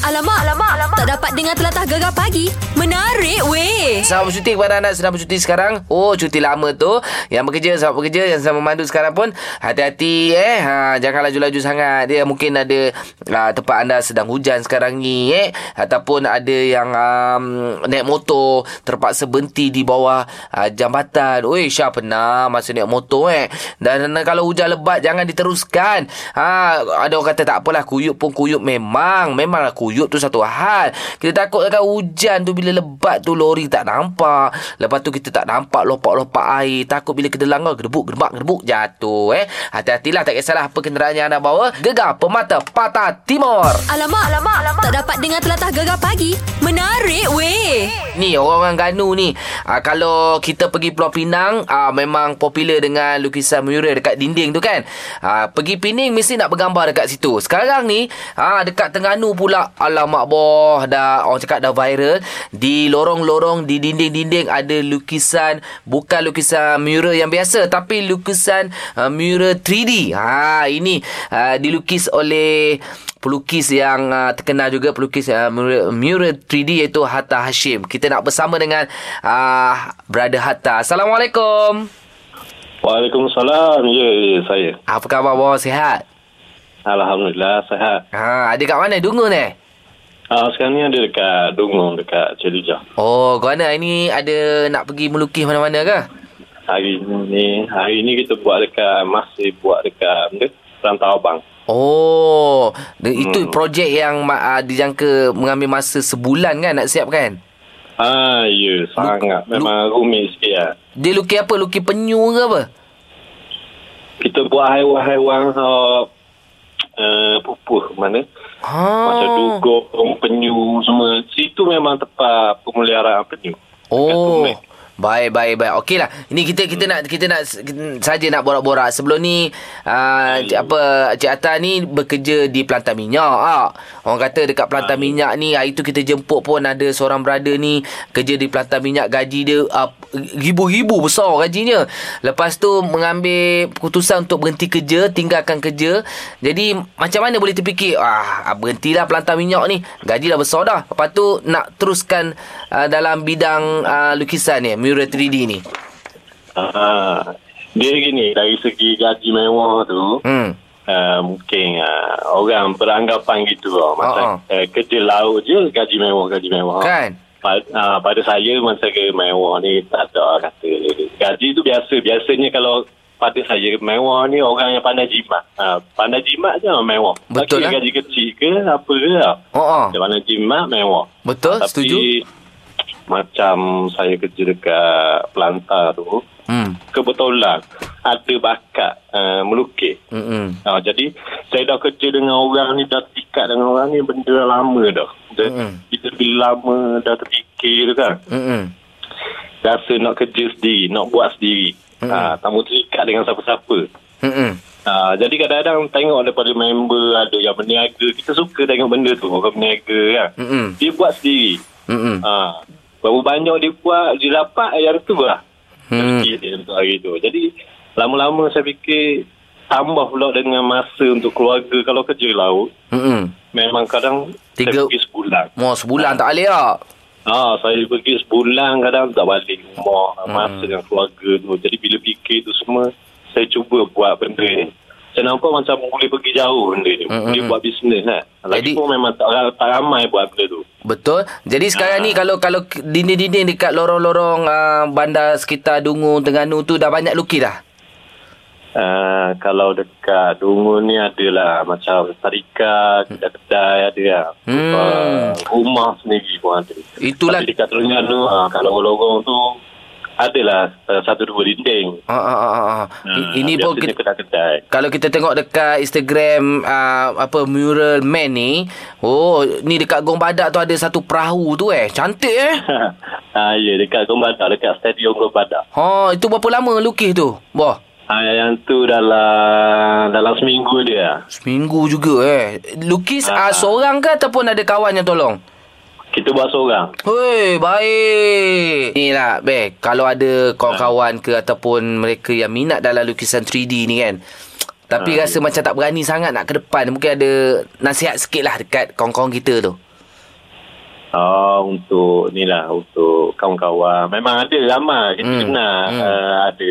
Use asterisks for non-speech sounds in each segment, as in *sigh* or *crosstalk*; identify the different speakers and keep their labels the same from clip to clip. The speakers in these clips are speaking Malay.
Speaker 1: Alamak, alamak, alamak. Tak dapat dengar telatah gegar pagi. Menarik weh.
Speaker 2: Selamat bercuti kepada anak sedang bercuti sekarang. Oh, cuti lama tu. Yang bekerja, selamat bekerja. Yang sedang memandu sekarang pun, hati-hati eh. Ha, jangan laju-laju sangat. Dia mungkin ada ha, tempat anda sedang hujan sekarang ni eh. Ataupun ada yang um, naik motor terpaksa berhenti di bawah uh, jambatan. Oi, Syah pernah masa naik motor eh. Dan, dan kalau hujan lebat, jangan diteruskan. Ha, ada orang kata tak apalah, kuyup pun kuyup memang. Memanglah kuyup tu satu hal. Kita takut akan hujan tu bila lebat tu lori tak nampak. Lepas tu kita tak nampak lopak-lopak air. Takut bila oh, kita langgar gedebuk, gedebak, gedebuk jatuh eh. Hati-hatilah tak kisahlah apa kenderaan yang anda bawa. Gegar Pemata Patah Timur.
Speaker 1: Alamak, alamak, alamak. Tak dapat dengar telatah gegar pagi. Menarik weh.
Speaker 2: Ni orang-orang Ganu ni uh, Kalau kita pergi Pulau Pinang uh, Memang popular dengan lukisan mural dekat dinding tu kan uh, Pergi Pening mesti nak bergambar dekat situ Sekarang ni uh, Dekat Tengganu pula Alamak boh dah Orang cakap dah viral Di lorong-lorong Di dinding-dinding Ada lukisan Bukan lukisan mural yang biasa Tapi lukisan uh, mural 3D ha, Ini uh, dilukis oleh pelukis yang uh, terkenal juga pelukis uh, mural, mural 3D iaitu Hatta Hashim. Kita nak bersama dengan uh, brother Hatta. Assalamualaikum.
Speaker 3: Waalaikumsalam. Ya, ya saya.
Speaker 2: Apa khabar bos? Sihat?
Speaker 3: Alhamdulillah sihat.
Speaker 2: Ha, ada kat mana? Dungu ni?
Speaker 3: Ah sekarang ni ada dekat Dungung dekat Celija.
Speaker 2: Oh, kau mana hari ni ada nak pergi melukis mana-mana ke?
Speaker 3: Hari ni hari ni kita buat dekat masih buat dekat benda Rantau Abang.
Speaker 2: Oh, de- hmm. itu
Speaker 3: Hmm.
Speaker 2: projek yang uh, dijangka mengambil masa sebulan kan nak siapkan?
Speaker 3: Ah ya sangat memang rumit sikit lah.
Speaker 2: Dia lukis apa? Lukis penyu ke apa?
Speaker 3: Kita buat haiwan-haiwan uh, uh, pupuh mana
Speaker 2: Ha.
Speaker 3: macam dugong, penyu semua. Situ memang tempat pemeliharaan penyu. Dekat
Speaker 2: Oh.
Speaker 3: Tumeh.
Speaker 2: Baik baik baik. Okeylah. Ini kita kita nak kita nak kita saja nak borak-borak. Sebelum ni uh, cik, apa Cik Atta ni bekerja di Pelantar Minyak ah. Orang kata dekat Pelantar Minyak ni hari tu kita jemput pun ada seorang brother ni kerja di Pelantar Minyak gaji dia uh, ribu-ribu besar gajinya. Lepas tu mengambil keputusan untuk berhenti kerja, tinggalkan kerja. Jadi macam mana boleh terfikir ah berhentilah Pelantar Minyak ni. Gaji dah besar dah. Lepas tu nak teruskan uh, dalam bidang uh, lukisan ni, mural 3D ni.
Speaker 3: Ah dia gini dari segi gaji mewah tu.
Speaker 2: Hmm.
Speaker 3: uh, mungkin uh, orang beranggapan gitu lah. Macam
Speaker 2: Ha,
Speaker 3: uh, kerja laut je gaji mewah, gaji mewah.
Speaker 2: Kan?
Speaker 3: Pa- uh, pada saya masa ke mewah ni tak ada kata. Gaji tu biasa. Biasanya kalau pada saya mewah ni orang yang pandai jimat. Uh, pandai jimat je orang mewah.
Speaker 2: Betul
Speaker 3: Bagi
Speaker 2: lah.
Speaker 3: gaji kecil ke apa ke lah.
Speaker 2: Oh, oh.
Speaker 3: Dia pandai jimat mewah.
Speaker 2: Betul?
Speaker 3: Tapi,
Speaker 2: Setuju?
Speaker 3: macam saya kerja dekat Pelantar tu,
Speaker 2: Hmm.
Speaker 3: kebetulan ada bakat uh, melukis.
Speaker 2: Hmm.
Speaker 3: Ha, jadi saya dah kerja dengan orang ni dah terikat dengan orang ni benda dah lama dah. Dan
Speaker 2: Mm-mm.
Speaker 3: kita bila lama dah terfikir tu kan.
Speaker 2: Hmm.
Speaker 3: Rasa nak kerja sendiri, nak buat sendiri. Ha, tak mau terikat dengan siapa-siapa.
Speaker 2: Hmm.
Speaker 3: Ha, jadi kadang-kadang tengok daripada member ada yang berniaga. Kita suka tengok benda tu. Orang berniaga kan.
Speaker 2: Mm-mm.
Speaker 3: Dia buat sendiri.
Speaker 2: Hmm.
Speaker 3: Ha, berapa banyak dia buat, dia dapat yang tu lah.
Speaker 2: Hmm.
Speaker 3: Rezeki dia untuk hari tu. Jadi lama-lama saya fikir tambah pula dengan masa untuk keluarga kalau kerja laut
Speaker 2: Hmm.
Speaker 3: memang kadang
Speaker 2: Tiga-
Speaker 3: saya pergi sebulan.
Speaker 2: Mau sebulan tak boleh tak?
Speaker 3: Ha, saya pergi sebulan kadang tak balik rumah
Speaker 2: Hmm.
Speaker 3: masa dengan keluarga tu. Jadi bila fikir tu semua saya cuba buat benda ni. Saya nampak macam boleh pergi jauh benda ni.
Speaker 2: Hmm,
Speaker 3: Boleh
Speaker 2: hmm,
Speaker 3: buat bisnes kan. Lagi
Speaker 2: Jadi-
Speaker 3: pun memang tak, tak ramai buat benda tu.
Speaker 2: Betul. Jadi sekarang
Speaker 3: Ah.
Speaker 2: ni kalau kalau dinding-dinding dekat lorong-lorong uh, bandar sekitar Dungu, Terengganu tu dah banyak lukis dah.
Speaker 3: Uh, kalau dekat Dungun ni adalah macam Sarika, kedai-kedai ada lah.
Speaker 2: Hmm.
Speaker 3: Uh, rumah sendiri pun ada.
Speaker 2: Itulah-
Speaker 3: Tapi dekat Terengganu, uh, kalau lorong tu adalah uh, satu dua dinding.
Speaker 2: Ah, ah, ah, ah, ah.
Speaker 3: Ah,
Speaker 2: I- Ini pun
Speaker 3: biasanya
Speaker 2: kita,
Speaker 3: kedai-kedai.
Speaker 2: kalau kita tengok dekat Instagram uh, apa mural man ni, oh ni dekat Gong Badak tu ada satu perahu tu eh. Cantik eh.
Speaker 3: ah, ya, dekat Gombada, dekat stadium Gombada.
Speaker 2: Ha, itu berapa lama lukis tu? Wah,
Speaker 3: Ah, yang tu dalam dalam seminggu dia.
Speaker 2: seminggu juga eh. Lukis uh,
Speaker 3: Ah.
Speaker 2: seorang ke ataupun ada kawan yang tolong?
Speaker 3: Kita buat seorang.
Speaker 2: Hei, baik. Ni lah, Beh. Kalau ada kawan-kawan ke ataupun mereka yang minat dalam lukisan 3D ni kan. Tapi rasa macam tak berani sangat nak ke depan. Mungkin ada nasihat sikit lah dekat kawan-kawan kita tu.
Speaker 3: uh, untuk ni lah untuk kawan-kawan memang ada lama kita
Speaker 2: Hmm.
Speaker 3: hmm. kenal
Speaker 2: Hmm.
Speaker 3: hmm. Uh, ada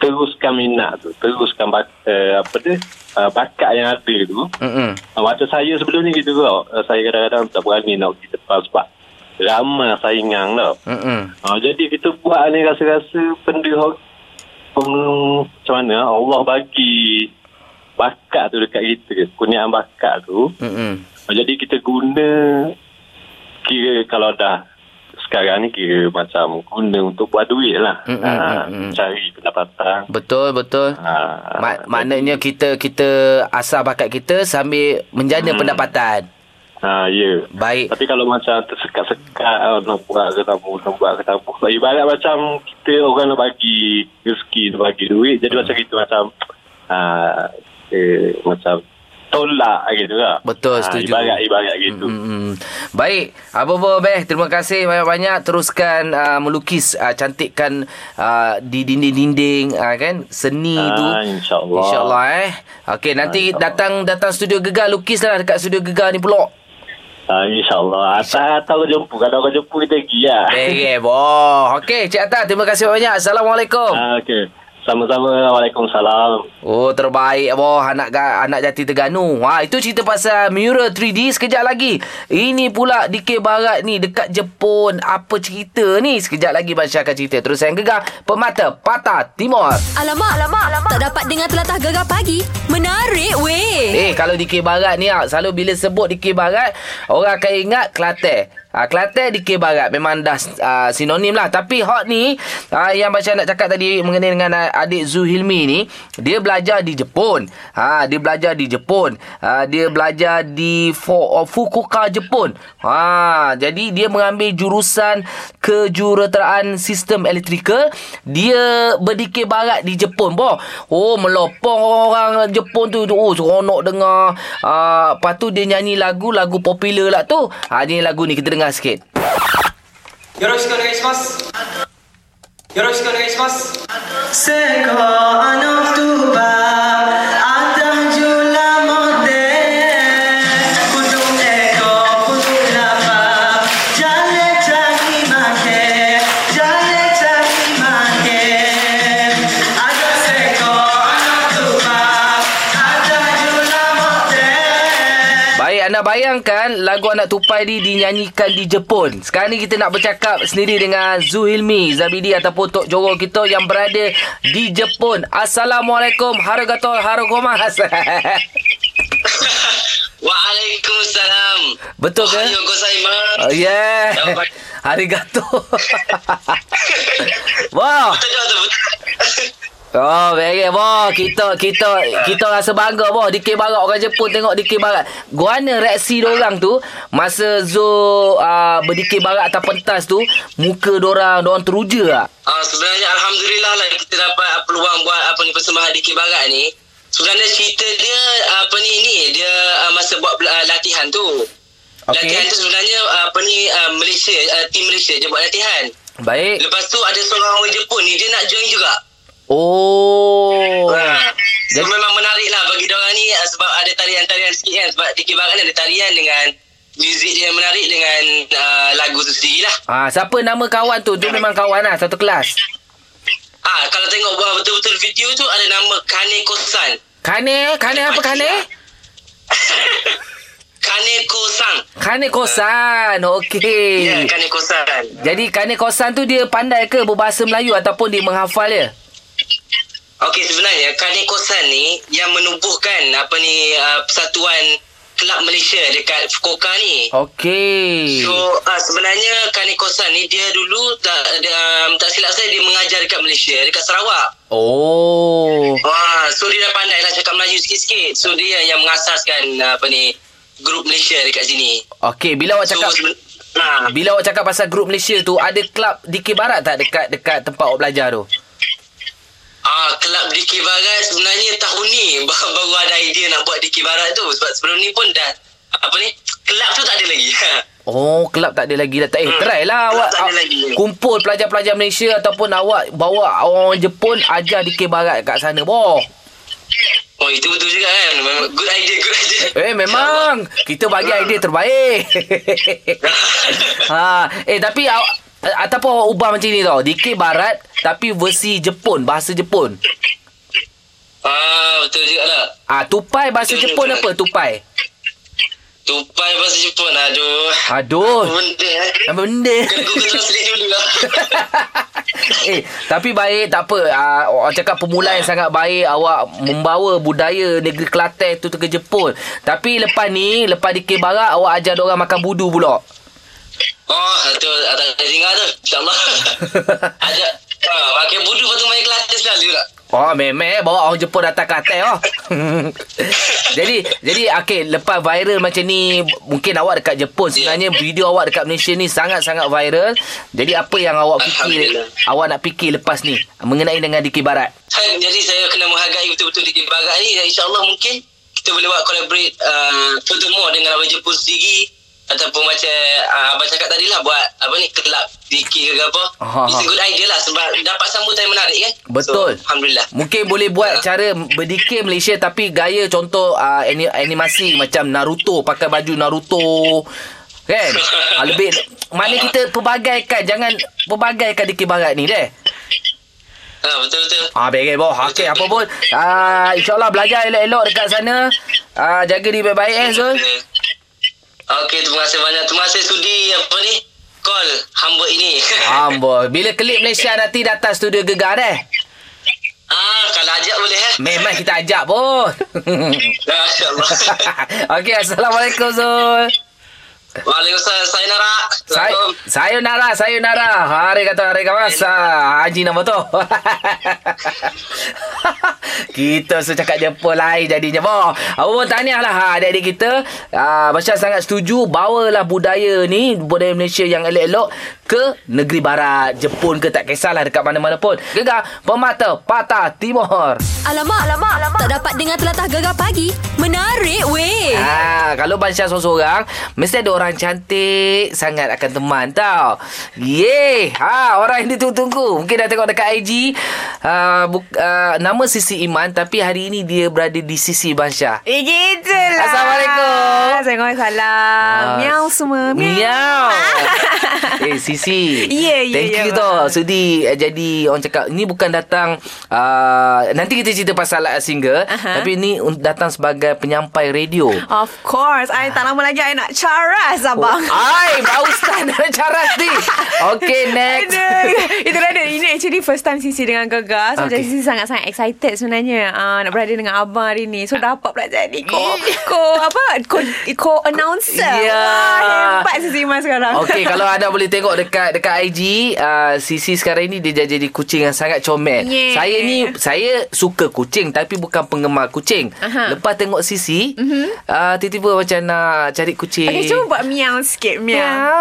Speaker 3: teruskan minat tu teruskan bak, uh, apa dia uh, bakat yang ada tu
Speaker 2: Mm-mm.
Speaker 3: uh, waktu saya sebelum ni gitu tau uh, saya kadang-kadang tak berani nak pergi depan sebab lama saingan tau
Speaker 2: Mm-mm.
Speaker 3: uh, jadi kita buat ni rasa-rasa benda hok- peng- macam mana Allah bagi bakat tu dekat kita kurniaan bakat tu
Speaker 2: Mm-mm.
Speaker 3: jadi kita guna kira kalau dah sekarang ni kira macam guna untuk buat duit lah.
Speaker 2: Mm, mm,
Speaker 3: Ha,
Speaker 2: mm, mm.
Speaker 3: cari pendapatan.
Speaker 2: Betul betul.
Speaker 3: Ha,
Speaker 2: Ma- maknanya kita kita asah bakat kita sambil menjana
Speaker 3: Hmm.
Speaker 2: pendapatan.
Speaker 3: Ha, ya.
Speaker 2: Baik.
Speaker 3: Tapi kalau macam tersekat-sekat ah, nak buat ke tak buat, nak buat ke tak buat. Ibarat macam kita orang nak bagi rezeki, nak bagi duit. Jadi macam kita macam ah, eh, macam tolak gitu lah.
Speaker 2: Betul,
Speaker 3: Ah,
Speaker 2: setuju.
Speaker 3: Ibarat-ibarat gitu.
Speaker 2: Mm-mm. Baik, apa-apa Beh, terima kasih banyak-banyak teruskan uh, melukis uh, cantikkan uh, di dinding-dinding uh, kan seni
Speaker 3: Ah,
Speaker 2: tu.
Speaker 3: insyaAllah.
Speaker 2: Insyaallah eh. Okey, nanti
Speaker 3: Ah, insyaAllah.
Speaker 2: datang datang studio Gegar lukislah dekat studio Gegar ni pulak.
Speaker 3: Ah, InsyaAllah. Atas atau kau jumpa. Kalau kau jumpa kita pergi lah.
Speaker 2: Eh, boh. Okey, Cik Atta, terima kasih banyak. Assalamualaikum.
Speaker 3: Ah, Okey. Sama-sama. Waalaikumsalam.
Speaker 2: Oh terbaik boh anak ga- anak jati Terengganu. Ha itu cerita pasal mural 3D sekejap lagi. Ini pula DK Barat ni dekat Jepun apa cerita ni? Sekejap lagi Basya akan cerita. Terus yang gegar pemata patah timur.
Speaker 1: Alamak, alamak, alamak. Tak dapat dengar telatah gegar pagi. Menarik weh.
Speaker 2: Eh kalau DK Barat ni ah, selalu bila sebut DK Barat orang akan ingat Kelantan. Ha, Kelantan DK Barat memang dah uh, sinonim lah Tapi hot ni uh, Yang Baca nak cakap tadi Mengenai dengan ah, adik Zuhilmi ni Dia belajar di Jepun ha, Dia belajar di Jepun ha, Dia belajar di Fo, oh, Fukuoka Jepun ha, Jadi dia mengambil jurusan Kejuruteraan Sistem Elektrikal Dia berdikir barat di Jepun boh. Oh melopong orang-orang Jepun tu Oh seronok dengar uh, Lepas tu dia nyanyi lagu Lagu popular lah tu ha, Ni lagu ni kita dengar sikit
Speaker 4: よろしくお願いしますよろしくお願いします
Speaker 2: Baik anda bayangkan Lagu Anak Tupai ni Dinyanyikan di Jepun Sekarang ni kita nak bercakap Sendiri dengan Zuhilmi Zabidi Ataupun Tok Jorol kita Yang berada Di Jepun Assalamualaikum Harugatol Harugomas
Speaker 5: Waalaikumsalam.
Speaker 2: *laughs* Betul ke?
Speaker 5: Ohayou gozaimasu.
Speaker 2: Oh, yeah *laughs*
Speaker 5: Dapat.
Speaker 2: Arigato *laughs*
Speaker 5: *laughs*
Speaker 2: Wah
Speaker 5: Betul tak tu? Betul.
Speaker 2: Oh, very wah. Kita kita kita rasa bangga wah. DK Barat orang Jepun tengok DK Barat. Guana reaksi orang tu masa Zo uh, berdikir Barat atas pentas tu, muka orang orang teruja ah.
Speaker 5: Ah, sebenarnya alhamdulillah lah kita dapat ah, peluang buat apa ni persembahan di Kibarat ni. Sebenarnya cerita dia ah, apa ni ni dia ah, masa buat bela- ah, latihan tu.
Speaker 2: Okey.
Speaker 5: Latihan tu sebenarnya ah, apa ni ah, Malaysia ah, tim Malaysia je buat latihan.
Speaker 2: Baik.
Speaker 5: Lepas tu ada seorang orang Jepun ni dia nak join juga.
Speaker 2: Oh.
Speaker 5: Ah, so
Speaker 2: Jadi-
Speaker 5: memang menarik lah bagi diorang ni ah, sebab ada tarian-tarian sikit kan sebab di Kibarat ni ada tarian dengan muzik dia yang menarik dengan ah, lagu tu sendiri lah.
Speaker 2: Ah, siapa nama kawan tu? Tu memang kawan lah, satu kelas.
Speaker 5: Ah, kalau tengok buat betul-betul video tu ada nama Kane Kosan.
Speaker 2: Kane, Kane apa Kane?
Speaker 5: *laughs* Kane Kosan.
Speaker 2: Kane Kosan. Okey.
Speaker 5: Ya, Kane Kosan.
Speaker 2: Jadi Kane Kosan tu dia pandai ke berbahasa Melayu ataupun dia menghafal dia?
Speaker 5: Okey, sebenarnya Kane Kosan ni yang menubuhkan apa ni uh, persatuan kelab Malaysia dekat Fukuoka ni.
Speaker 2: Okey.
Speaker 5: So uh, sebenarnya Kane Kosan ni dia dulu tak dia, um, tak silap saya dia mengajar dekat Malaysia, dekat Sarawak.
Speaker 2: Oh.
Speaker 5: Wah, so dia dah pandai lah cakap Melayu sikit-sikit. So dia yang mengasaskan uh, apa ni grup Malaysia dekat sini.
Speaker 2: Okey, bila awak
Speaker 5: So
Speaker 2: cakap
Speaker 5: seben- ha.
Speaker 2: bila awak cakap pasal grup Malaysia tu, ada klub DK Barat tak dekat dekat tempat awak belajar tu?
Speaker 5: Ah, kelab DK Barat sebenarnya tahun ni *laughs* baru, baru ada idea nak buat DK Barat tu sebab sebelum ni pun dah apa ni kelab tu tak ada lagi. *laughs*
Speaker 2: Oh, kelab tak ada lagi dah. Tak eh,
Speaker 5: Hmm,
Speaker 2: try
Speaker 5: kelab
Speaker 2: lah awak
Speaker 5: tak ada
Speaker 2: awak
Speaker 5: lagi.
Speaker 2: kumpul pelajar-pelajar Malaysia ataupun awak bawa orang Jepun ajar DK Barat kat sana. Boh.
Speaker 5: Oh itu betul juga kan Memang Good idea Good idea *laughs*
Speaker 2: Eh memang Kita bagi
Speaker 5: Hmm.
Speaker 2: idea terbaik ha, Eh tapi aw, eh, Ataupun awak ubah macam ni tau Dikir barat Tapi versi Jepun Bahasa Jepun
Speaker 5: Ah betul juga lah
Speaker 2: Ah, Tupai
Speaker 5: Hmm.
Speaker 2: bahasa Jepun apa Tupai
Speaker 5: Tupai bahasa Jepun Aduh
Speaker 2: Aduh.
Speaker 5: Apa Benda eh
Speaker 2: Apa benda
Speaker 5: Kena Google Translate dulu lah
Speaker 2: *laughs* Eh tapi baik tak apa uh, Orang cakap pemula yang sangat baik Awak membawa budaya negeri Kelantan tu ke Jepun Tapi lepas ni Lepas di Kebara Awak ajar orang makan budu pula
Speaker 5: Oh itu Atas singa tu
Speaker 2: *laughs*
Speaker 5: InsyaAllah Ajak ah, Pakai budu Lepas tu main kelas selalu lah
Speaker 2: Oh memang eh, bawa orang Jepun datang Kelantan oh. *laughs* jadi jadi okey lepas viral macam ni mungkin awak dekat Jepun sebenarnya
Speaker 5: Ya.
Speaker 2: video awak dekat Malaysia ni sangat-sangat viral. Jadi apa yang awak fikir
Speaker 5: Alhamdulillah.
Speaker 2: awak nak fikir lepas ni mengenai dengan Dikir Barat?
Speaker 5: Kan, Jadi saya kena menghargai betul-betul Dikir Barat ni dan insyaAllah mungkin kita boleh buat collaborate uh, furthermore dengan Abang Jepun sendiri ataupun macam uh, Abang cakap tadi lah buat apa ni kelab Dikir ke apa
Speaker 2: Aha.
Speaker 5: it's a good idea lah sebab dapat sambutan yang menarik kan
Speaker 2: Betul.
Speaker 5: so, Alhamdulillah
Speaker 2: Mungkin boleh
Speaker 5: *laughs*
Speaker 2: buat cara berdikir Malaysia tapi gaya contoh uh, ani- animasi macam Naruto pakai baju Naruto
Speaker 5: *laughs*
Speaker 2: kan. Ah, lebih mana kita perbagaikan jangan perbagaikan dikir barat ni deh.
Speaker 5: ha, betul-betul
Speaker 2: Ah baik boh. Okey apa pun ah insyaallah belajar elok-elok dekat sana. Ah jaga diri baik-baik eh Zul.
Speaker 5: Okey terima kasih banyak terima kasih sudi apa ni call hamba ini *laughs*
Speaker 2: Amboi. Bila klip Malaysia nanti datang studio gegar deh.
Speaker 5: ah kalau ajak boleh eh
Speaker 2: Memang kita ajak
Speaker 5: *laughs*
Speaker 2: pun.
Speaker 5: Nah, InsyaAllah
Speaker 2: *laughs* Okey assalamualaikum Zul.
Speaker 5: Waalaikumsalam Sayonara
Speaker 2: Saya lah, sayonara, sayonara. Hari kata hari kamasa. *laughs* Haji nama tu. kita suruh cakap Jepun lain jadinya. Boh. Apa pun tahniahlah ha, adik-adik kita. Ah, Masya sangat setuju. Bawalah budaya ni, budaya Malaysia yang elok-elok ke negeri barat. Jepun ke tak kisahlah dekat mana-mana pun. Gegar pemata patah timur.
Speaker 1: Alamak, alamak, alamak. Tak dapat dengar telatah gegar pagi. Menarik
Speaker 6: Eh.
Speaker 1: weh.
Speaker 2: Ah, kalau Bansyah seorang-seorang, mesti ada orang cantik sangat akan teman tau. Yeay. Ha, orang yang ditunggu-tunggu. Mungkin dah tengok dekat IG. Uh, bu- uh, nama Sisi Iman tapi hari ini dia berada di sisi Bansyah.
Speaker 6: Eh gitulah
Speaker 2: Assalamualaikum.
Speaker 6: Assalamualaikum
Speaker 2: Ah,
Speaker 6: Eh, Miau semua *laughs*
Speaker 2: Miau. eh Sisi.
Speaker 6: Ya, ya,
Speaker 2: Thank
Speaker 6: ya,
Speaker 2: you
Speaker 6: Mak.
Speaker 2: tau. Sudi eh, jadi orang cakap ni bukan datang uh, nanti kita cerita pasal uh, single
Speaker 6: Aha.
Speaker 2: tapi ni un- datang sebagai penyampai radio.
Speaker 6: Of course I tak lama lagi I nak caras abang
Speaker 2: Oh, Ai, bau stan ada cara ni. Okay,
Speaker 6: *laughs*
Speaker 2: next.
Speaker 6: Aduh, Itulah dia Ini actually first time Sisi dengan Gegar So okay.
Speaker 2: Okay.
Speaker 6: Sisi sangat-sangat excited sebenarnya uh, Nak berada dengan abang hari ni So dapat pula
Speaker 2: *laughs*
Speaker 6: jadi Ko Ko apa Ko, ko announcer
Speaker 2: Ya.
Speaker 6: Wah, Hebat Sisi Mas sekarang
Speaker 2: Okay, kalau anda boleh tengok dekat dekat IG, uh, Sisi sekarang ini dia dah jadi kucing yang sangat comel.
Speaker 6: Yeah.
Speaker 2: Saya ni saya suka kucing tapi bukan penggemar kucing.
Speaker 6: Aha.
Speaker 2: Lepas tengok Sisi, mm-hmm. uh, tiba-tiba macam nak cari kucing.
Speaker 6: Okay, cuba buat miau sikit Miau
Speaker 2: Miau.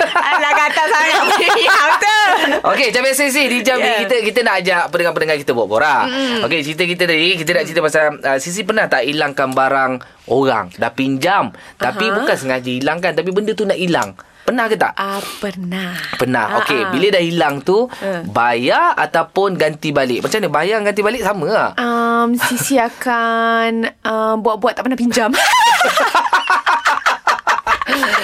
Speaker 6: *laughs* Alah kata *laughs* sangat Miau tu
Speaker 2: Ya, Okey, macam biasa Sisi di jam
Speaker 6: Yeah.
Speaker 2: ni kita kita nak ajak pendengar-pendengar kita buat borak. Mm. Okey, cerita kita tadi kita nak cerita pasal uh, Sisi pernah tak hilangkan barang orang, dah pinjam tapi
Speaker 6: Aha.
Speaker 2: bukan sengaja hilangkan tapi benda tu nak hilang. Pernah ke tak?
Speaker 6: Ah, pernah.
Speaker 2: Pernah.
Speaker 6: ah.
Speaker 2: Okey, bila dah hilang tu
Speaker 6: Ah.
Speaker 2: bayar ataupun ganti balik. Macam mana bayar ganti balik sama lah.
Speaker 6: Um, Sisi akan um, buat-buat tak pernah *laughs* pinjam.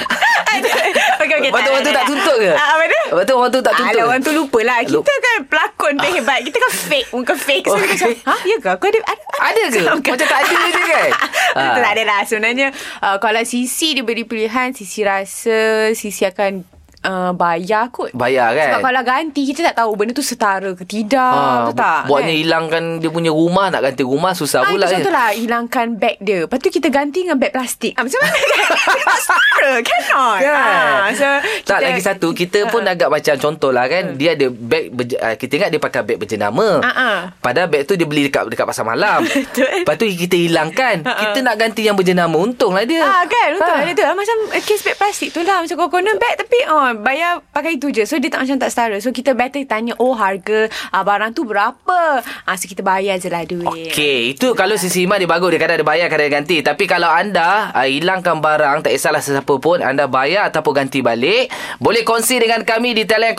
Speaker 6: okay, okay,
Speaker 2: Lepas tu orang tu tak tuntut ke?
Speaker 6: Ah, apa dia?
Speaker 2: Lepas tu orang tu tak tuntut.
Speaker 6: Alah, orang tu lupa lah. Kita
Speaker 2: Lu-
Speaker 6: kan pelakon tu hebat. Kita kan fake. Muka fake. So,
Speaker 2: Okay.
Speaker 6: okay. macam, ha? Ya ke? Aku ada... Ada,
Speaker 2: Ada ke? Macam tak ada je
Speaker 6: *laughs*
Speaker 2: kan?
Speaker 6: Betul
Speaker 2: Ah.
Speaker 6: tak ada lah. Sebenarnya, uh, kalau Sisi diberi pilihan, Sisi rasa Sisi akan uh, bayar kot.
Speaker 2: Bayar kan?
Speaker 6: Sebab kalau ganti, kita tak tahu benda tu setara ke tidak.
Speaker 2: Ah,
Speaker 6: betul tak? kan?
Speaker 2: bu- Buatnya hilangkan dia punya rumah nak ganti rumah susah
Speaker 6: Ah,
Speaker 2: pula
Speaker 6: itu
Speaker 2: kan?
Speaker 6: satu lah Hilangkan beg dia Lepas tu kita ganti dengan beg plastik ah, Macam mana
Speaker 2: *laughs*
Speaker 6: kan Kita tak setara Cannot
Speaker 2: Kan?
Speaker 6: ah, so, Ah,
Speaker 2: tak lagi satu kita pun agak macam contoh lah kan dia ada beg berje- ah, kita ingat dia pakai beg berjenama
Speaker 6: Hmm. Ah, ah.
Speaker 2: padahal beg tu dia beli dekat dekat pasar
Speaker 6: *laughs*
Speaker 2: malam
Speaker 6: Betul.
Speaker 2: lepas tu kita hilangkan kita nak ganti yang berjenama untunglah dia
Speaker 6: Ah kan Untuk
Speaker 2: Ah.
Speaker 6: ha. tu lah. Macam eh, case beg plastik tu lah Macam kokonan beg Tapi oh, bayar pakai itu je So dia tak macam tak setara So kita better tanya Oh harga ah, barang tu berapa ah, So kita bayar je lah duit
Speaker 2: Okey, itu kalau sisi iman dia bagus dia kadang ada bayar kadang ada ah, ganti. Tapi kalau anda uh, hilangkan barang tak kisahlah sesiapa pun anda bayar ataupun ganti balik, Boleh kongsi dengan kami di talian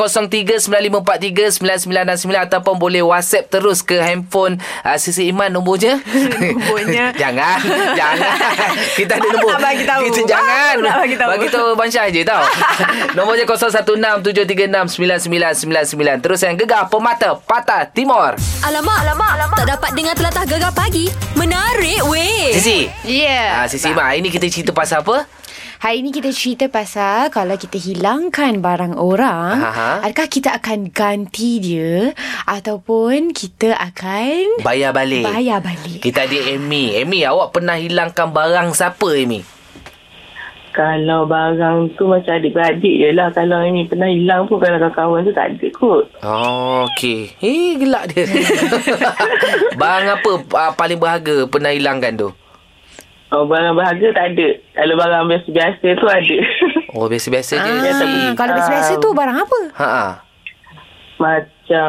Speaker 2: 0395439969 ataupun boleh WhatsApp terus ke handphone uh, Sisi Iman
Speaker 6: *laughs*
Speaker 2: nombornya.
Speaker 6: Nombornya. *laughs*
Speaker 2: jangan, jangan. *laughs* Kita ada
Speaker 6: Baru
Speaker 2: nombor.
Speaker 6: nak bagi tahu.
Speaker 2: Kita jangan.
Speaker 6: Baru nak bagi tahu.
Speaker 2: Bagi tahu Abang Syah je
Speaker 6: *laughs*
Speaker 2: tau. nombornya 0167369999. Terus yang gegar pemata patah timur.
Speaker 1: Alamak, alamak, alamak. Tak dapat dengar telatah gegar pagi. Menarik weh.
Speaker 2: Sisi.
Speaker 6: Yeah.
Speaker 2: Ah, Sisi Iman, hari ni kita cerita pasal apa?
Speaker 6: Hari ini kita cerita pasal kalau kita hilangkan barang orang,
Speaker 2: Aha.
Speaker 6: adakah kita akan ganti dia ataupun kita akan
Speaker 2: Bayar balik.
Speaker 6: bayar balik?
Speaker 2: Kita ada Amy. Amy, awak pernah hilangkan barang siapa, Amy?
Speaker 7: Kalau barang tu macam adik-beradik je lah. Kalau ini pernah hilang pun kalau kawan-kawan tu tak ada kot.
Speaker 2: Oh, okey. Eh, gelak dia. *laughs* barang apa uh, paling berharga pernah hilangkan tu?
Speaker 7: Oh, barang berharga tak ada. Kalau barang biasa-biasa tu ada.
Speaker 2: *laughs* Oh, biasa-biasa je.
Speaker 6: Ah, kalau biasa-biasa tu barang apa?
Speaker 2: Ha ah.
Speaker 7: macam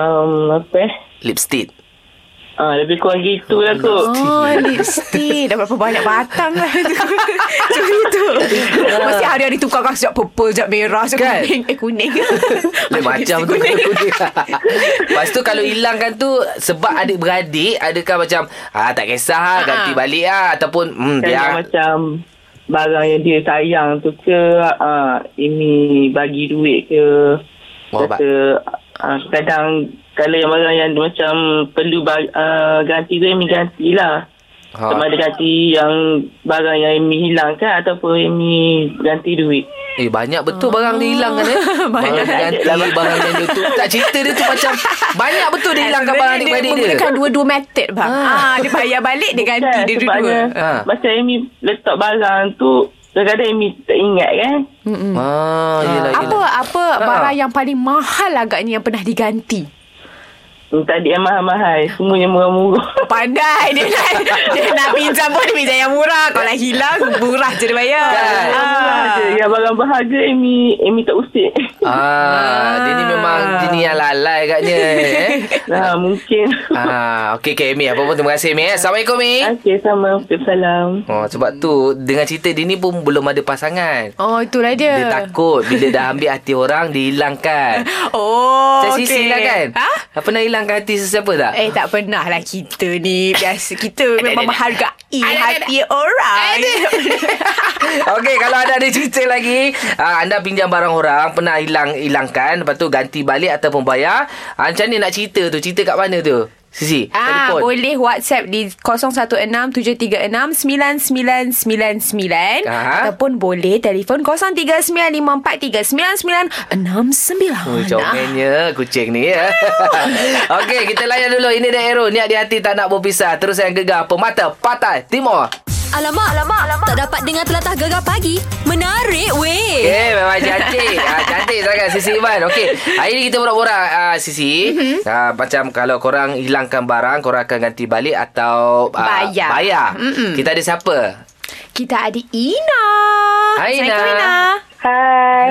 Speaker 7: apa eh.
Speaker 2: Lipstick.
Speaker 7: Ah, lebih kurang gitu lah kot.
Speaker 6: Oh, lipstick. Dah berapa banyak batang lah
Speaker 2: *laughs*
Speaker 6: tu. Macam itu. Mesti hari-hari tukar kan sekejap purple, sekejap merah, sekejap
Speaker 2: Kan?
Speaker 6: kuning. Eh, kuning.
Speaker 2: Lain macam tu. *laughs* Lepas tu kalau hilangkan tu sebab adik-beradik adakah macam ah tak
Speaker 6: Ha,
Speaker 2: kisah ah, ganti balik ah ataupun hmm
Speaker 7: Kalau
Speaker 2: dia
Speaker 7: Kan macam barang yang dia sayang tu ke ah, ini bagi duit ke
Speaker 2: Oh, ba-
Speaker 7: kata ah, kadang kalau yang barang yang macam perlu ba- ah, ganti tu Amy gantilah
Speaker 2: Ha.
Speaker 7: ha. sama ada ganti yang barang yang Amy hilangkan ataupun Amy ganti duit
Speaker 2: Eh banyak betul barang dia hilang kan eh Barang
Speaker 6: Banyak.
Speaker 2: dia ganti
Speaker 7: lah.
Speaker 2: Barang yang dia tu *laughs* Tak cerita dia tu macam Banyak betul dia hilangkan barang adik-beradik
Speaker 6: Dia
Speaker 2: dia
Speaker 6: menggunakan dua-dua method bang. Ah, dia bayar balik, dia ganti. Dia dua-dua.
Speaker 2: Ha.
Speaker 7: ha. macam Amy letak barang tu kadang-kadang Amy tak ingat kan
Speaker 2: Ah, yelah, yelah.
Speaker 6: Apa apa barang yang paling mahal agaknya yang pernah diganti?
Speaker 7: tak ada yang mahal-mahal semuanya murah-murah
Speaker 6: Oh, Pandai dia nak,
Speaker 7: *laughs*
Speaker 6: dia nak pinjam pun dia pinjam yang murah. Kalau hilang murah je dia bayar. Ah.
Speaker 2: Kan?
Speaker 7: Murah je. yang barang berharga Amy Amy tak usik
Speaker 2: Ah, dia ni memang jenis yang lalai agaknya eh.
Speaker 7: ha, mungkin
Speaker 2: ah, okey okey Amy, apa pun terima kasih Amy. eh. Assalamualaikum Amy.
Speaker 7: Okey, sama. Salam.
Speaker 6: *laughs*
Speaker 2: Oh, sebab tu dengan cerita dia ni pun belum ada pasangan.
Speaker 6: Oh, itulah dia.
Speaker 2: Dia takut bila dah ambil hati orang dia hilangkan.
Speaker 6: Oh,
Speaker 2: Saya
Speaker 6: okey.
Speaker 2: sisi lah kan.
Speaker 6: Ha?
Speaker 2: Ha? Pernah hilangkan hati sesiapa tak?
Speaker 6: Eh tak pernah lah kita ni Biasa kita *laughs* memang menghargai hati orang
Speaker 2: *laughs* Okey, kalau anda ada cerita lagi, uh, anda pinjam barang orang, pernah hilang hilangkan, lepas tu ganti balik ataupun bayar. Uh, macam ni nak cerita tu, cerita kat mana tu? Sisi,
Speaker 6: Ah, boleh WhatsApp di 0167369999
Speaker 2: Aha.
Speaker 6: ataupun boleh telefon 0395439969.
Speaker 2: Oh, comelnya kucing ni ya. *laughs* Okey, kita layan dulu. Ini dia Aero. Niat di hati tak nak berpisah. Terus yang gegar. Pemata Patah Timur.
Speaker 1: Alamak, alamak, alamak. Tak dapat dengar telatah gegar pagi. Menarik
Speaker 2: Eh,
Speaker 1: weh.
Speaker 2: yeah, memang cantik. ah, cantik sangat Sisi Iman. Okey, hari ni kita borak-borak ah, Sisi.
Speaker 6: Mhm.
Speaker 2: Mm-hmm. Ah, macam kalau korang hilangkan barang, korang akan ganti balik atau ah,
Speaker 6: Bayar.
Speaker 2: bayar.
Speaker 6: Mm-mm.
Speaker 2: Kita ada siapa?
Speaker 6: Kita ada Ina.
Speaker 2: Hai, Ina.
Speaker 6: Assalamualaikum Ina.
Speaker 7: Hai.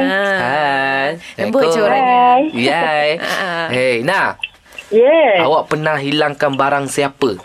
Speaker 2: Hai.
Speaker 6: Lembut je orangnya.
Speaker 7: Hai.
Speaker 2: Yai.
Speaker 6: Ah.
Speaker 2: Hey, nah.
Speaker 7: Yeah.
Speaker 2: Awak pernah hilangkan barang siapa?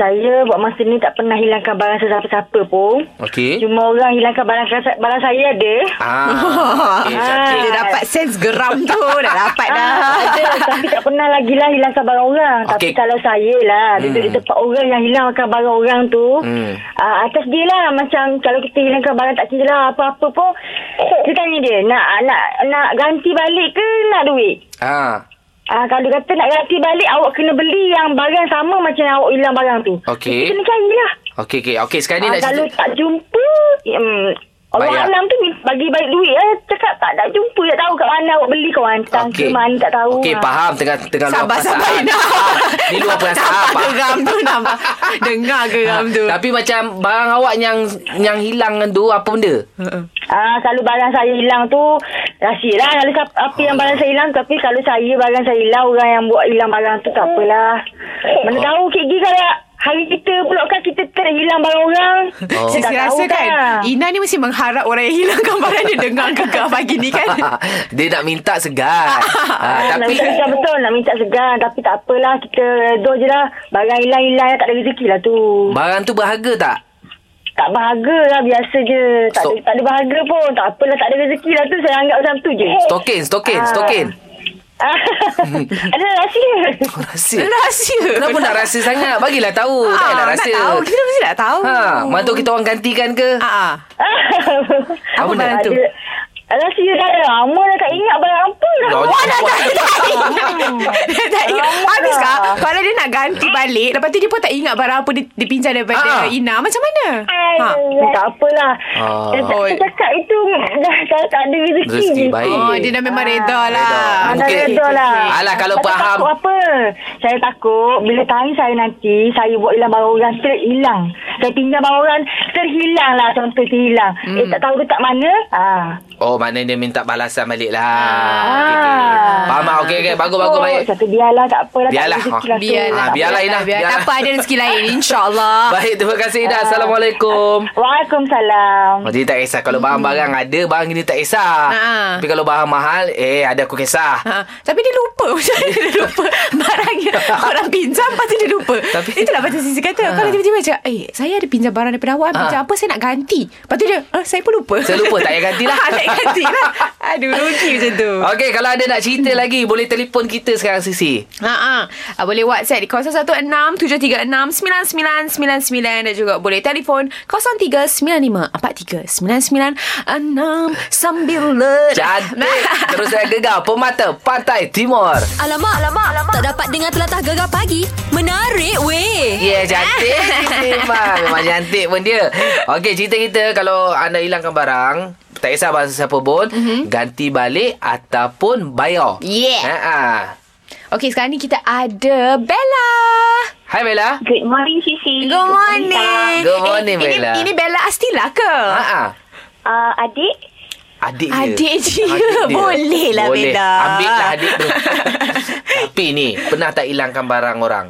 Speaker 7: Saya buat masa ni tak pernah hilangkan barang sesiapa-siapa pun.
Speaker 2: Okey.
Speaker 7: Cuma orang hilangkan barang barang saya ada. *laughs*
Speaker 2: Ah. Okey, cantik.
Speaker 6: Kita dapat sense geram tu Dah dapat dah
Speaker 7: Ah, ada. Tapi tak pernah lagi lah hilangkan barang orang. Tapi
Speaker 2: Okey.
Speaker 7: kalau saya lah, duduk di tempat orang yang hilangkan barang orang tu,
Speaker 2: Hmm.
Speaker 7: ah, atas dia lah. Macam kalau kita hilangkan barang tak kira lah apa-apa pun, kita tanya dia, nak, nak, nak ganti balik ke nak duit?
Speaker 2: Ah.
Speaker 7: Ah, kalau dia kata nak ganti balik, awak kena beli yang barang sama macam yang awak hilang barang tu. Kita
Speaker 2: Okey.
Speaker 7: kena carilah.
Speaker 2: Okey, okey. Okey, sekarang ni
Speaker 7: Ah,
Speaker 2: nak
Speaker 7: kalau
Speaker 2: cerita.
Speaker 7: tak jumpa, um, Allah
Speaker 2: Bayar.
Speaker 7: Alam tu bagi balik duit eh. Cakap tak nak jumpa, tak tahu kat mana awak beli kawan. Tang ke
Speaker 2: Okey.
Speaker 7: mana tak tahu.
Speaker 2: Okey,
Speaker 7: Ah.
Speaker 2: faham tengah tengah luar
Speaker 6: Sabar
Speaker 2: perasaan.
Speaker 6: sabar Ina
Speaker 2: Ni luar perasaan,
Speaker 6: Nampak
Speaker 2: Pak. Ah,
Speaker 6: geram tu Nampak Dengar geram tu
Speaker 2: Tapi macam barang awak yang yang hilang tu apa benda?
Speaker 6: Uh-uh.
Speaker 7: Ah, kalau barang saya hilang tu rahsia lah. Kalau siapa, apa yang barang saya hilang tapi kalau saya barang saya hilang orang yang buat hilang barang tu tak apalah. Mana tahu Cik Gi kalau hari kita pula kan kita terhilang barang orang.
Speaker 2: Oh.
Speaker 7: Kita tak
Speaker 6: *laughs* Saya
Speaker 7: tahu
Speaker 6: rasa kan,
Speaker 7: kan.
Speaker 6: Ina ni mesti mengharap orang yang hilangkan barang Eh, dia
Speaker 2: *laughs*
Speaker 6: dengar gegar pagi ni kan.
Speaker 2: Dia nak minta
Speaker 6: *laughs*
Speaker 2: segan.
Speaker 7: Ah,
Speaker 2: ha,
Speaker 7: nak
Speaker 2: tapi
Speaker 7: minta segan betul Nak minta segan Tapi tak apalah Kita redoh je lah Barang hilang-hilang Tak ada rezeki lah tu
Speaker 2: barang tu berharga tak?
Speaker 8: tak berharga lah biasa je. Tak,
Speaker 2: So-
Speaker 8: ada, tak ada berharga pun. Tak apalah tak ada rezeki lah tu. Saya anggap macam tu je.
Speaker 2: Stokin, stokin,
Speaker 8: Ah.
Speaker 2: stokin.
Speaker 8: Ah, *laughs* ada rahsia.
Speaker 2: Oh, rahsia.
Speaker 6: Rahsia.
Speaker 2: Kenapa nak rahsia sangat? Bagilah
Speaker 6: Ah,
Speaker 2: tahu. tak payahlah
Speaker 6: nak
Speaker 2: rahsia.
Speaker 6: tahu. Kita mesti nak tahu.
Speaker 2: Ha, mana tahu kita orang gantikan ke?
Speaker 6: Ah,
Speaker 2: *laughs*
Speaker 6: ah. Apa
Speaker 2: benda
Speaker 6: barang tu?
Speaker 8: Ada- Rahsia dah lama dah tak ingat barang apa lah.
Speaker 2: Lawak
Speaker 8: Wah, dah
Speaker 2: perempuan.
Speaker 8: tak
Speaker 6: *laughs*
Speaker 2: *laughs*
Speaker 6: Dia tak ingat. Habis
Speaker 8: lah.
Speaker 6: kak, kalau dia nak ganti balik, lepas tu dia pun tak ingat barang apa dia, dia pinjam daripada
Speaker 2: Ah.
Speaker 6: Ina. Macam mana? Ha.
Speaker 8: Ha. Tak apalah.
Speaker 2: Ah.
Speaker 8: Saya tak- saya cakap itu *laughs* dah tak, tak ada rezeki.
Speaker 2: Rezeki
Speaker 8: je.
Speaker 2: baik.
Speaker 6: Oh, dia dah memang reda lah.
Speaker 2: reda.
Speaker 8: Ah, dah
Speaker 2: Mungkin-
Speaker 8: reda lah.
Speaker 2: Alah, kalau
Speaker 8: Saya
Speaker 2: faham.
Speaker 8: Takut apa? Saya takut bila time saya nanti, saya buat hilang barang orang, straight hilang. Saya pinjam barang orang, terhilang lah contoh terhilang. Eh,
Speaker 2: Hmm.
Speaker 8: tak tahu dekat mana. Ah.
Speaker 2: Oh, maknanya dia minta balasan balik lah. Ah.
Speaker 8: Ah.
Speaker 2: Okay, okay. Faham tak? Okey, okey. Bagus, bagus, baik.
Speaker 8: Kata biarlah, tak apalah. Tak
Speaker 2: Biarlah.
Speaker 8: ada rezeki lah tu.
Speaker 6: Biarlah.
Speaker 2: Ah, biarlah, Ina.
Speaker 6: Biar, tak
Speaker 2: Biarlah.
Speaker 6: apa ada rezeki
Speaker 2: *laughs*
Speaker 6: lain insyaAllah.
Speaker 2: Baik, terima kasih Ida. Assalamualaikum.
Speaker 8: Waalaikumsalam.
Speaker 2: Oh, jadi tak kisah Kalau barang-barang ada Barang ni tak kisah
Speaker 6: Ha.
Speaker 2: Tapi kalau barang mahal Eh ada aku kisah
Speaker 6: Ha, tapi dia lupa Macam mana *laughs* dia lupa Barangnya Orang pinjam Lepas tu dia lupa
Speaker 2: Tapi-
Speaker 6: tapi, Itulah macam Sisi kata
Speaker 2: Ha.
Speaker 6: Kalau tiba-tiba macam Eh saya ada pinjam barang daripada awak
Speaker 2: Ha.
Speaker 6: Pinjam apa saya nak ganti Lepas tu dia eh, Saya pun lupa
Speaker 2: Saya lupa, tak payah ganti lah.
Speaker 6: *laughs* Ah, Tak payah ganti
Speaker 2: *laughs*
Speaker 6: lah Aduh rugi macam tu
Speaker 2: Okey kalau ada nak cerita lagi Boleh telefon kita sekarang Sisi
Speaker 6: Ha ah. Boleh WhatsApp di 0167369999 dan juga boleh telefon 0395439996 sambil le.
Speaker 2: Cantik
Speaker 6: *laughs*
Speaker 2: Terus saya gegar Pemata Pantai Timur
Speaker 1: Alamak, alamak, alamak. Tak dapat dengar telatah gegar pagi. Menarik weh.
Speaker 2: Ya yeah, cantik Memang Ah, Memang cantik pun dia Okey cerita kita Kalau anda hilangkan barang tak kisah bahasa siapa pun mm-hmm. Ganti balik Ataupun bayar
Speaker 6: Mhm.
Speaker 2: Eh, ah,
Speaker 6: Yeah.
Speaker 2: Ha-ha.
Speaker 6: Okey, sekarang ni kita ada Bella.
Speaker 2: Hai Bella
Speaker 8: Good morning, Sisi.
Speaker 6: Good morning.
Speaker 2: Good morning,
Speaker 6: eh,
Speaker 2: Bella.
Speaker 6: Ini, ini Bella Astila ke?
Speaker 2: Ha-ha.
Speaker 8: Uh, adik,
Speaker 2: Adik dia
Speaker 6: Adik je. *laughs* Boleh lah,
Speaker 2: Boleh
Speaker 6: Bella.
Speaker 2: Ambil lah adik tu *laughs* Tapi ni Pernah tak hilangkan barang orang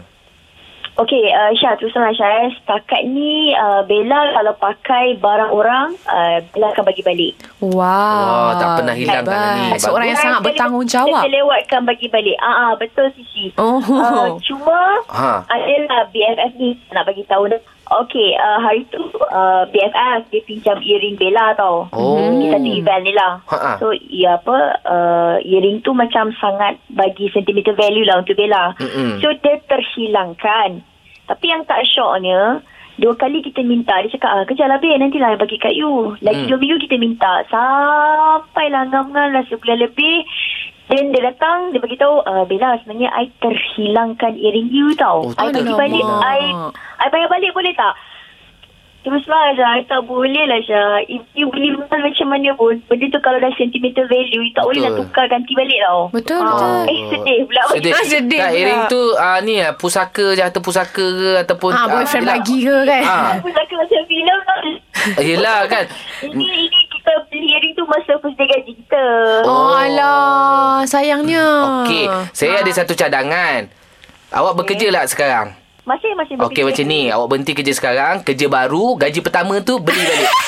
Speaker 8: Okey, uh, Syah, terus terang Syah. eh. Setakat ni, uh, Bella kalau pakai barang orang, uh, Bella akan bagi balik.
Speaker 6: Wow.
Speaker 2: Wah, tak pernah hilangkan lah
Speaker 6: Hebat.
Speaker 2: ni. Bagus.
Speaker 6: Seorang yang
Speaker 8: Orang
Speaker 6: sangat
Speaker 8: terle-
Speaker 6: bertanggungjawab.
Speaker 8: Terlewatkan bagi balik. Ah, ah betul Sisi.
Speaker 6: Oh.
Speaker 8: Ah, cuma
Speaker 2: Ha.
Speaker 8: adalah BFF ni nak bagi tahu dia. Okey, uh, hari tu uh, BFF dia pinjam earring Bella tau.
Speaker 2: Oh.
Speaker 8: Kita tu event ni lah.
Speaker 2: Ha, ha.
Speaker 8: So, ya apa, uh, earring tu macam sangat bagi sentimental value lah untuk Bella.
Speaker 2: Mm-mm.
Speaker 8: So, dia terhilangkan. Tapi yang tak syoknya, dua kali kita minta. Dia cakap, ah, kejar lah Bel, nantilah bagi kat you. Lagi
Speaker 2: Mm.
Speaker 8: dua minggu kita minta. Sampailah ngam-ngam lah sebulan lebih. Then dia datang, dia beritahu, uh, Bella sebenarnya I terhilangkan earring you tau.
Speaker 2: Oh,
Speaker 8: I bagi
Speaker 6: alamak.
Speaker 8: balik, I, I bayar balik boleh tak? Terus lah Syah I tak boleh lah Syah If you beli mahal macam mana pun Benda tu kalau dah sentimental value You tak boleh nak
Speaker 2: Betul.
Speaker 8: tukar ganti balik tau
Speaker 6: Betul,
Speaker 8: Ah.
Speaker 6: betul.
Speaker 8: Eh *laughs* sedih pula
Speaker 2: Oh. Sedih.
Speaker 6: Ah, Oh, *laughs* sedih
Speaker 2: tak,
Speaker 6: pula.
Speaker 2: earring tu uh, ni lah, pusaka je atau pusaka ke ataupun
Speaker 6: Ah, boyfriend
Speaker 2: yelah.
Speaker 6: bagi ke kan?
Speaker 2: Ah.
Speaker 8: *laughs* Aku tak kena macam film
Speaker 2: *laughs*
Speaker 8: tau
Speaker 2: Yelah kan.
Speaker 8: Ini ini kita beli earring tu Masa first day gaji kita
Speaker 6: Oh, alah, sayangnya.
Speaker 2: Okey,
Speaker 8: Ah,
Speaker 2: saya ada satu cadangan. Awak bekerja lah sekarang.
Speaker 8: Masih masih
Speaker 2: Okey macam ni, awak berhenti kerja sekarang, kerja baru, gaji pertama tu beli balik.
Speaker 6: *laughs*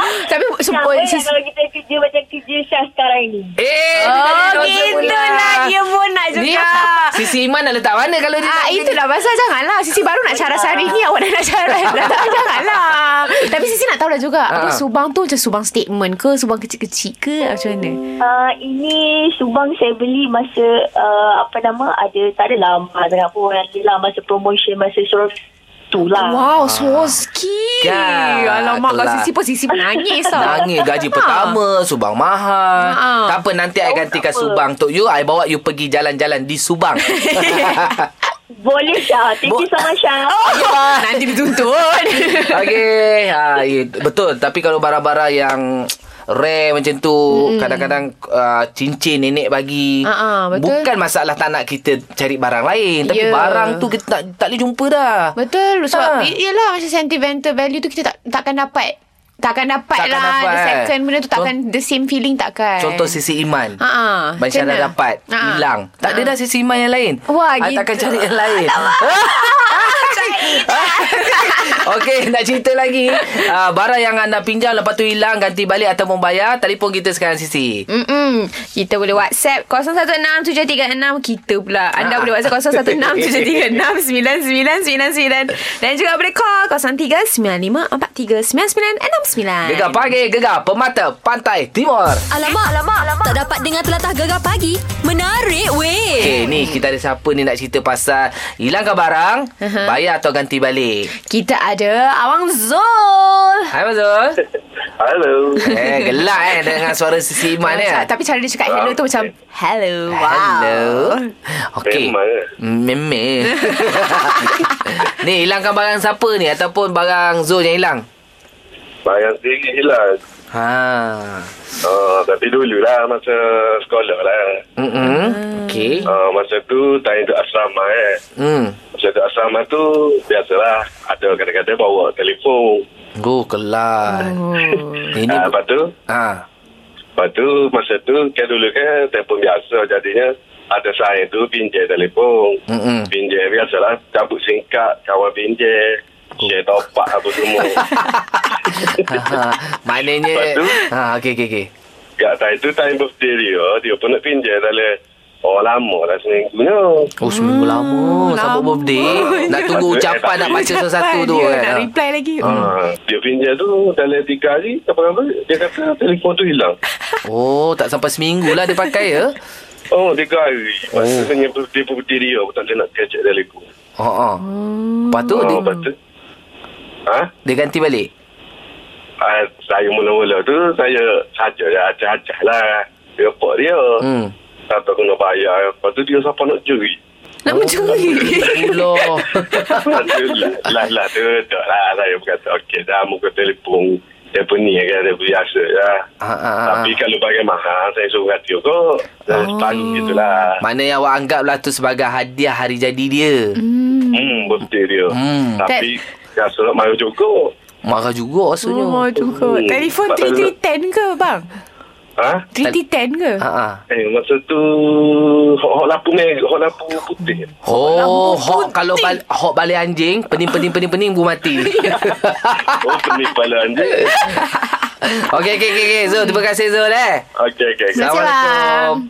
Speaker 6: Tapi
Speaker 8: Sama
Speaker 6: support
Speaker 8: lah kalau kita kerja Macam kerja Syah sekarang ni
Speaker 2: eh, dia tak
Speaker 6: Oh,
Speaker 2: jadi dosa pula.
Speaker 6: gitulah dia pun nak
Speaker 2: Ni,
Speaker 6: juga.
Speaker 2: Sisi Iman nak letak mana kalau dia
Speaker 6: Ah,
Speaker 2: nak
Speaker 6: itulah pasal janganlah Sisi baru nak cara sehari ni Awak dah nak cara
Speaker 2: *laughs*
Speaker 6: dah tak, Janganlah Tapi Sisi nak tahu dah juga Apa
Speaker 2: Ah. Oh,
Speaker 6: subang tu Macam subang statement ke Subang kecil-kecil ke Macam mana
Speaker 8: Uh, ini Subang saya beli masa uh, apa nama ada tak ada lama sangat pun ada lah masa promotion masa suruh tu lah.
Speaker 6: Wow Swarovski
Speaker 2: Kan,
Speaker 6: Eh, Alamak Kalau
Speaker 2: itulah.
Speaker 6: Sisi pun Sisi menangis tau
Speaker 2: Nangis gaji
Speaker 6: Ha.
Speaker 2: pertama Subang mahal
Speaker 6: Ha.
Speaker 2: Tak apa nanti I
Speaker 8: Oh,
Speaker 2: gantikan
Speaker 8: tak apa.
Speaker 2: Subang Untuk you I bawa you pergi jalan-jalan di Subang
Speaker 8: Boleh Syah. Thank you
Speaker 2: Bo-
Speaker 8: so much Syah.
Speaker 6: Nanti
Speaker 2: *laughs*
Speaker 6: dituntut
Speaker 2: Okay ha, ya, Betul Tapi kalau barang-barang yang Rare macam tu Kadang-kadang uh, Cincin nenek bagi
Speaker 6: Ha, ha, betul.
Speaker 2: Bukan masalah tak nak kita Cari barang lain Tapi
Speaker 6: Ya.
Speaker 2: barang tu Kita tak, tak boleh jumpa dah
Speaker 6: Betul Sebab
Speaker 2: Ha.
Speaker 6: ha. Yelah macam sentimental value tu Kita tak takkan dapat Takkan dapat
Speaker 2: Takkan
Speaker 6: lah
Speaker 2: dapat.
Speaker 6: The second benda tu Takkan the same feeling takkan
Speaker 2: Contoh sisi iman
Speaker 6: Ha, ha.
Speaker 2: Macam
Speaker 6: Macam
Speaker 2: dah
Speaker 6: mana?
Speaker 2: dapat
Speaker 6: Ha, ha.
Speaker 2: Hilang Tak ada dah sisi iman yang lain
Speaker 6: Wah,
Speaker 2: I
Speaker 6: *laughs* gitu.
Speaker 2: Takkan cari yang lain
Speaker 6: Macam
Speaker 2: *laughs* Okey, nak cerita lagi. Uh, barang yang anda pinjam lepas tu hilang, ganti balik atau membayar, telefon kita sekarang Sisi.
Speaker 6: Mm-mm. Kita boleh WhatsApp 016736 kita pula. Anda
Speaker 2: Ah.
Speaker 6: boleh WhatsApp 0167369999 dan juga boleh call 0395439969.
Speaker 2: Gegar pagi, gegar pemata pantai timur.
Speaker 1: Alamak, alamak, alamak. Tak dapat dengar telatah gegar pagi. Menarik weh.
Speaker 2: Okey, ni kita ada siapa ni nak cerita pasal hilangkan barang,
Speaker 6: Aha.
Speaker 2: bayar atau ganti balik.
Speaker 6: Kita ada Awang Zul.
Speaker 2: Hai
Speaker 9: *laughs*
Speaker 2: Mazul.
Speaker 9: Hello.
Speaker 2: eh, gelak eh dengan suara Sisi Iman ni. eh.
Speaker 6: Macam- Tapi cara dia cakap hello tu macam hello. Wow.
Speaker 2: Hello. Okey. Mm,
Speaker 9: Memang, eh?
Speaker 2: Memang. *laughs* ni hilangkan barang siapa ni ataupun barang Zul yang hilang?
Speaker 9: Bayang sendiri hilang.
Speaker 2: Ha.
Speaker 9: Uh, tapi dululah masa sekolah lah.
Speaker 2: Mm-mm. Okey.
Speaker 9: Uh, masa tu tanya tu asrama eh.
Speaker 2: Hmm.
Speaker 9: Masa tu asrama tu biasalah ada kadang-kadang bawa telefon.
Speaker 2: Go kelar. Eh, Ini
Speaker 9: Ah, lepas tu,
Speaker 2: ha.
Speaker 9: lepas tu masa tu kan dulu kan telefon biasa jadinya ada saya tu pinjam telefon.
Speaker 2: Mm-mm.
Speaker 9: Pinjam biasalah cabut singkat, kawan pinjam. Share top up apa
Speaker 2: *laughs*
Speaker 9: semua.
Speaker 2: *laughs* ha. Maknanya
Speaker 9: Lepas tu?
Speaker 2: ha okey okey okey.
Speaker 9: Kat Ya, time tu time birthday dia, dia pun nak pinjam dalam Oh lama lah seminggu ni.
Speaker 2: Oh seminggu hmm, lama Sambut
Speaker 6: lama.
Speaker 2: birthday Nak tunggu
Speaker 9: *laughs* Lepas tu,
Speaker 2: ucapan
Speaker 9: eh,
Speaker 2: Nak baca
Speaker 6: Ucapan
Speaker 2: satu-satu tu
Speaker 6: dia
Speaker 2: kan
Speaker 6: Nak reply lagi.
Speaker 9: Ah, dia pinjam tu dalam tiga hari tak apa-apa dia kata telefon tu hilang
Speaker 2: *laughs* Oh tak sampai seminggu lah dia pakai ya
Speaker 9: oh tiga hari
Speaker 2: Oh.
Speaker 9: maksudnya oh. dia berhenti dia aku tak boleh nak kacak telefon
Speaker 2: Ha ah.
Speaker 6: Hmm.
Speaker 2: Lepas tu
Speaker 9: oh,
Speaker 2: dia,
Speaker 9: lepas tu ha?
Speaker 2: dia ganti balik
Speaker 9: Ah, saya mula-mula tu saya saja ya acah-acah lah dia pak dia
Speaker 2: Hmm
Speaker 9: tak tahu kena bayar lepas tu dia siapa nak curi
Speaker 6: Nak mencuri.
Speaker 2: Loh
Speaker 9: Lepas tu,
Speaker 2: *laughs*
Speaker 9: lah lah lah tu tak lah saya berkata okey dah muka telefon telefon ni kan dia biasa lah
Speaker 2: ha, ha, ha.
Speaker 9: Tapi kalau bagi mahal Saya suruh hati kau Dan oh. separuh gitulah
Speaker 2: Mana yang awak anggaplah tu Sebagai hadiah hari jadi dia
Speaker 9: Hmm, betul dia.
Speaker 2: Hmm.
Speaker 9: Tapi kasut nak mahu cukup.
Speaker 2: Marah juga rasanya
Speaker 6: Oh, cukup.
Speaker 9: Hmm.
Speaker 6: Telefon 3310 ke bang?
Speaker 9: Ha?
Speaker 6: 3310 ke?
Speaker 2: Ha ah.
Speaker 9: Eh, masa tu hok hok lapu merah, hok lapu putih.
Speaker 2: Oh,
Speaker 6: Lampu
Speaker 2: hok
Speaker 6: putih.
Speaker 2: kalau bal, hok balik anjing, pening-pening-pening-pening bu
Speaker 6: *laughs*
Speaker 2: mati.
Speaker 9: Oh, pening kepala
Speaker 2: *laughs*
Speaker 9: anjing.
Speaker 2: Okey, okey, okey, okey. Zul, terima kasih Zul eh.
Speaker 9: Okey, okey. okey.
Speaker 6: kasih,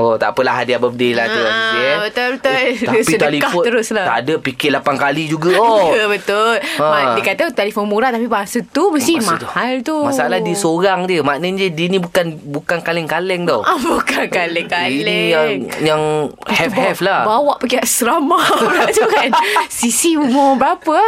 Speaker 2: Oh, tak apalah hadiah birthday lah tu.
Speaker 6: Ah,
Speaker 2: Aziz, eh.
Speaker 6: betul, betul.
Speaker 2: Tapi
Speaker 6: Sedekah
Speaker 2: telefon
Speaker 6: terus lah.
Speaker 2: tak ada fikir 8 kali juga. Oh.
Speaker 6: *laughs* Ya, betul.
Speaker 2: Ha.
Speaker 6: Mak, dia kata "Oh." telefon murah tapi masa tu mesti
Speaker 2: Masa tu.
Speaker 6: mahal tu.
Speaker 2: Masalah dia seorang dia. Maknanya dia ni bukan bukan kaleng-kaleng tau.
Speaker 6: Ah, bukan
Speaker 2: Ini yang
Speaker 6: kaleng-kaleng.
Speaker 2: yang have-have
Speaker 6: Bawa-
Speaker 2: lah.
Speaker 6: Bawa pergi asrama *laughs* pula tu kan. Sisi umur berapa?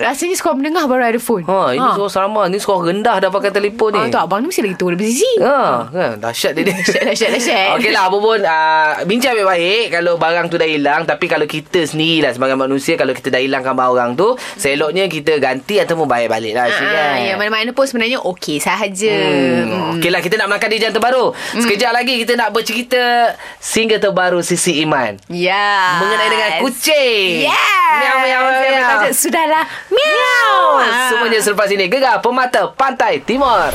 Speaker 6: Rasanya sekolah menengah baru ada phone.
Speaker 2: Ha, ini sekolah sama. Ni sekolah rendah dah pakai telefon ni.
Speaker 6: Ah, tu abang ni mesti lagi tua daripada Sisi.
Speaker 2: Ha, kan *laughs* dahsyat dia
Speaker 6: *laughs*
Speaker 2: ni.
Speaker 6: Dahsyat, dahsyat, dahsyat.
Speaker 2: *laughs* Okey lah, apa pun uh, bincang baik-baik kalau barang tu dah hilang. Tapi kalau kita sendirilah sebagai manusia, kalau kita dah hilangkan barang orang tu, seloknya kita ganti ataupun bayar balik lah. Syed,
Speaker 6: Hmm. Ah,
Speaker 2: kan?
Speaker 6: ya, mana-mana pun sebenarnya okey sahaja.
Speaker 2: Hmm. Okey lah, kita nak melangkah di jam terbaru.
Speaker 6: Hmm.
Speaker 2: Sekejap lagi kita nak bercerita single terbaru Sisi Iman.
Speaker 6: Ya.
Speaker 2: Mengenai dengan kucing.
Speaker 6: Yes.
Speaker 2: Miau, miau,
Speaker 6: Yang
Speaker 2: miau, miau.
Speaker 6: bertajuk Sudahlah. Miau. Ah.
Speaker 2: Semuanya selepas ini. Gegar Pemata Pantai Timur.